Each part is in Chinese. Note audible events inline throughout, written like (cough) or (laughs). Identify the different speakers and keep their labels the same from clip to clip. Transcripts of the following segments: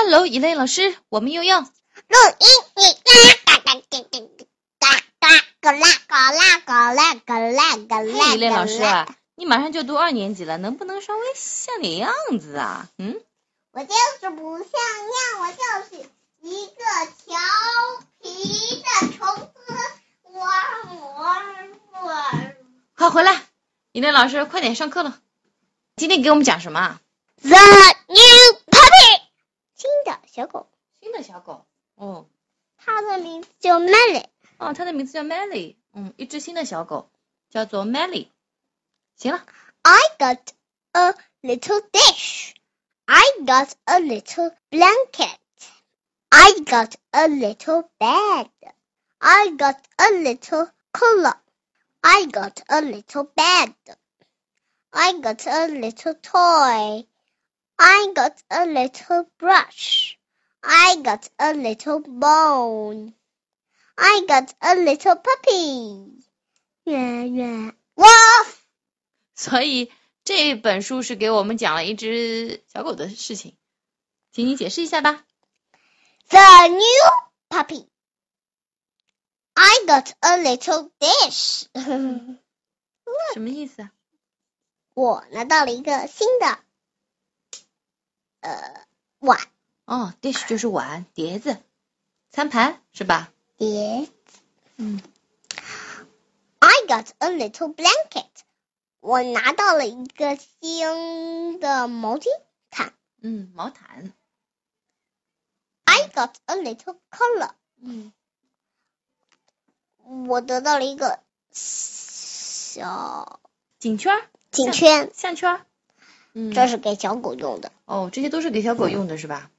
Speaker 1: (laughs)
Speaker 2: 喽，一类老师，我们又要
Speaker 1: 录音，你嘎嘎嘎嘎嘎嘎嘎啦嘎啦嘎啦嘎啦嘎啦。
Speaker 2: 嘿，一类老师，啊，你马上就读二年级了，能不能稍微像点样子啊？嗯，
Speaker 1: 我就是不像样，我就是一个调皮的虫子，我我我。
Speaker 2: 好，回来，一类老师，快点上课了。今天给我们讲什么啊？
Speaker 1: The new puppy，新的小狗，
Speaker 2: 新的小狗。哦
Speaker 1: 它的名字叫 Melly。
Speaker 2: 哦，它的名字叫 Melly。嗯，一只新的小狗叫做 Melly。行了，
Speaker 1: I got a little dish. I got a little blanket. I got a little bed. I got a little collar. I got a little bed. I got a little toy. I got a little brush. I got a little bone. I got a little puppy. 圆圆，我
Speaker 2: 所以这本书是给我们讲了一只小狗的事情，请你解释一下吧。
Speaker 1: The new puppy. I got a little dish.
Speaker 2: 什么意思啊？
Speaker 1: 我拿到了一个新的，呃，碗
Speaker 2: 哦，dish 就是碗、碟子、餐盘是吧？
Speaker 1: 碟。
Speaker 2: 嗯
Speaker 1: I got a little blanket. 我拿到了一个新的毛巾。
Speaker 2: 嗯，毛毯。
Speaker 1: I got a little color.
Speaker 2: 嗯，
Speaker 1: 我得到了一个小
Speaker 2: 颈圈儿、
Speaker 1: 颈圈，
Speaker 2: 项圈儿。嗯，
Speaker 1: 这是给小狗用的。
Speaker 2: 哦，这些都是给小狗用的是吧？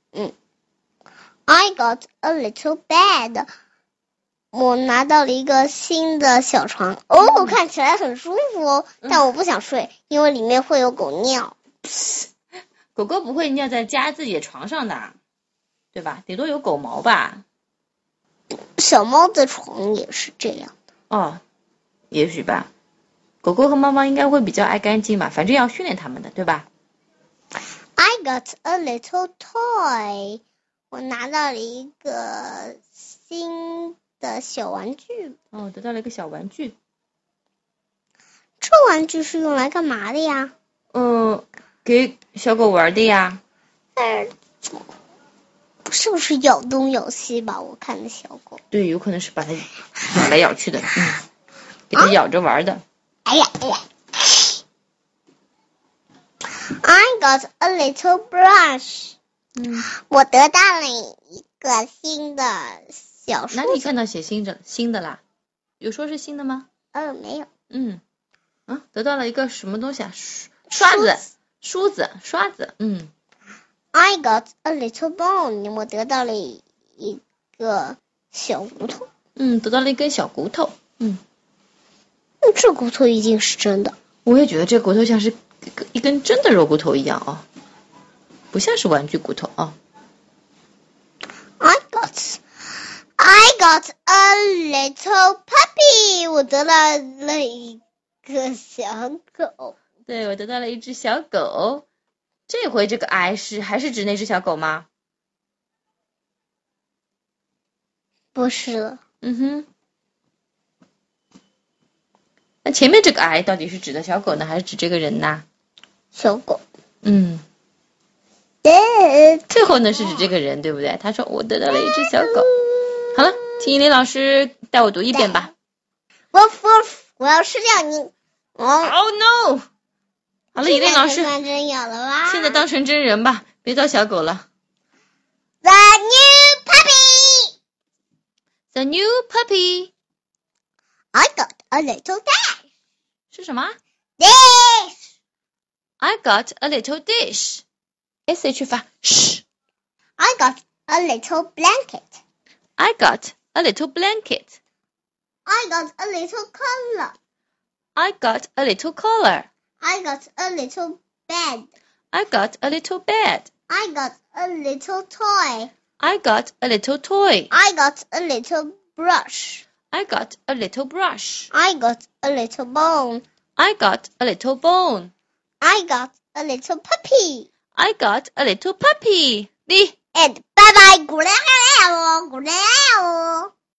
Speaker 1: I got a little bed. 我拿到了一个新的小床，哦，
Speaker 2: 嗯
Speaker 1: 看起来很舒服哦，
Speaker 2: 嗯
Speaker 1: 但我不想睡，因为里面会有狗尿。
Speaker 2: 狗狗不会尿在家自己的床上的，对吧？顶多有狗毛吧？
Speaker 1: 小猫的床也是这样。
Speaker 2: 哦，也许吧。狗狗和猫猫应该会比较爱干净吧，反正要训练它们的，对吧？
Speaker 1: I got a little toy. 我拿到了一个新的小玩具，
Speaker 2: 哦，得到了一个小玩具。
Speaker 1: 这玩具是用来干嘛的呀？
Speaker 2: 嗯，给小狗玩的呀。
Speaker 1: 但
Speaker 2: 呃
Speaker 1: 是是不是咬东咬西吧？我看的小狗。
Speaker 2: 对，有可能是把它咬来咬去的，嗯，给它咬着玩的。
Speaker 1: 哎呀哎呀！I got a little brush。
Speaker 2: 嗯，
Speaker 1: 我得到了一个新的小梳
Speaker 2: 哪里
Speaker 1: 子。
Speaker 2: 看到写新的新的啦？有说是新的吗？
Speaker 1: 嗯，没有。
Speaker 2: 嗯，啊，得到了一个什么东西啊？梳刷子、梳子、刷子。嗯，
Speaker 1: I got a little bone。我得到了一个小骨头。
Speaker 2: 嗯，得到了一根小骨头。嗯，
Speaker 1: 嗯这骨头一定是真的。
Speaker 2: 我也觉得这骨头像是一根一根真的肉骨头一样啊、不像是玩具骨头啊、
Speaker 1: I got I got a little puppy。我得到了一个小狗。
Speaker 2: 对，我得到了一只小狗。这回这个 I 是还是指那只小狗吗？
Speaker 1: 不是。
Speaker 2: 嗯哼。那前面这个 I 到底是指的小狗呢，还是指这个人呢？
Speaker 1: 小狗。
Speaker 2: 嗯，
Speaker 1: 对，
Speaker 2: 最后呢是指这个人，对不对？他说我得到了一只小狗。好了，请依林老师带我读一遍吧。
Speaker 1: Woof woof，我要吃掉你！哦，
Speaker 2: Oh no！好了，依林老师，
Speaker 1: 算真有了吧？
Speaker 2: 现在当成真人吧，别造小狗了。
Speaker 1: The new puppy.
Speaker 2: The new puppy
Speaker 1: I got a little dash.
Speaker 2: 是什么
Speaker 1: Dash.
Speaker 2: ？I got a little dish。S H 发 sh。
Speaker 1: I got a little blanket.
Speaker 2: I got a little blanket。
Speaker 1: I got a little collar.
Speaker 2: I got a little collar。
Speaker 1: I got a little bed.
Speaker 2: I got a little bed。
Speaker 1: I got a little toy.
Speaker 2: I got a little toy.
Speaker 1: I got a little brush.
Speaker 2: I got a little brush.
Speaker 1: I got a little bone.
Speaker 2: I got a little bone.
Speaker 1: I got a little puppy.
Speaker 2: I got a little puppy. 你
Speaker 1: A and bye bye, Grandma.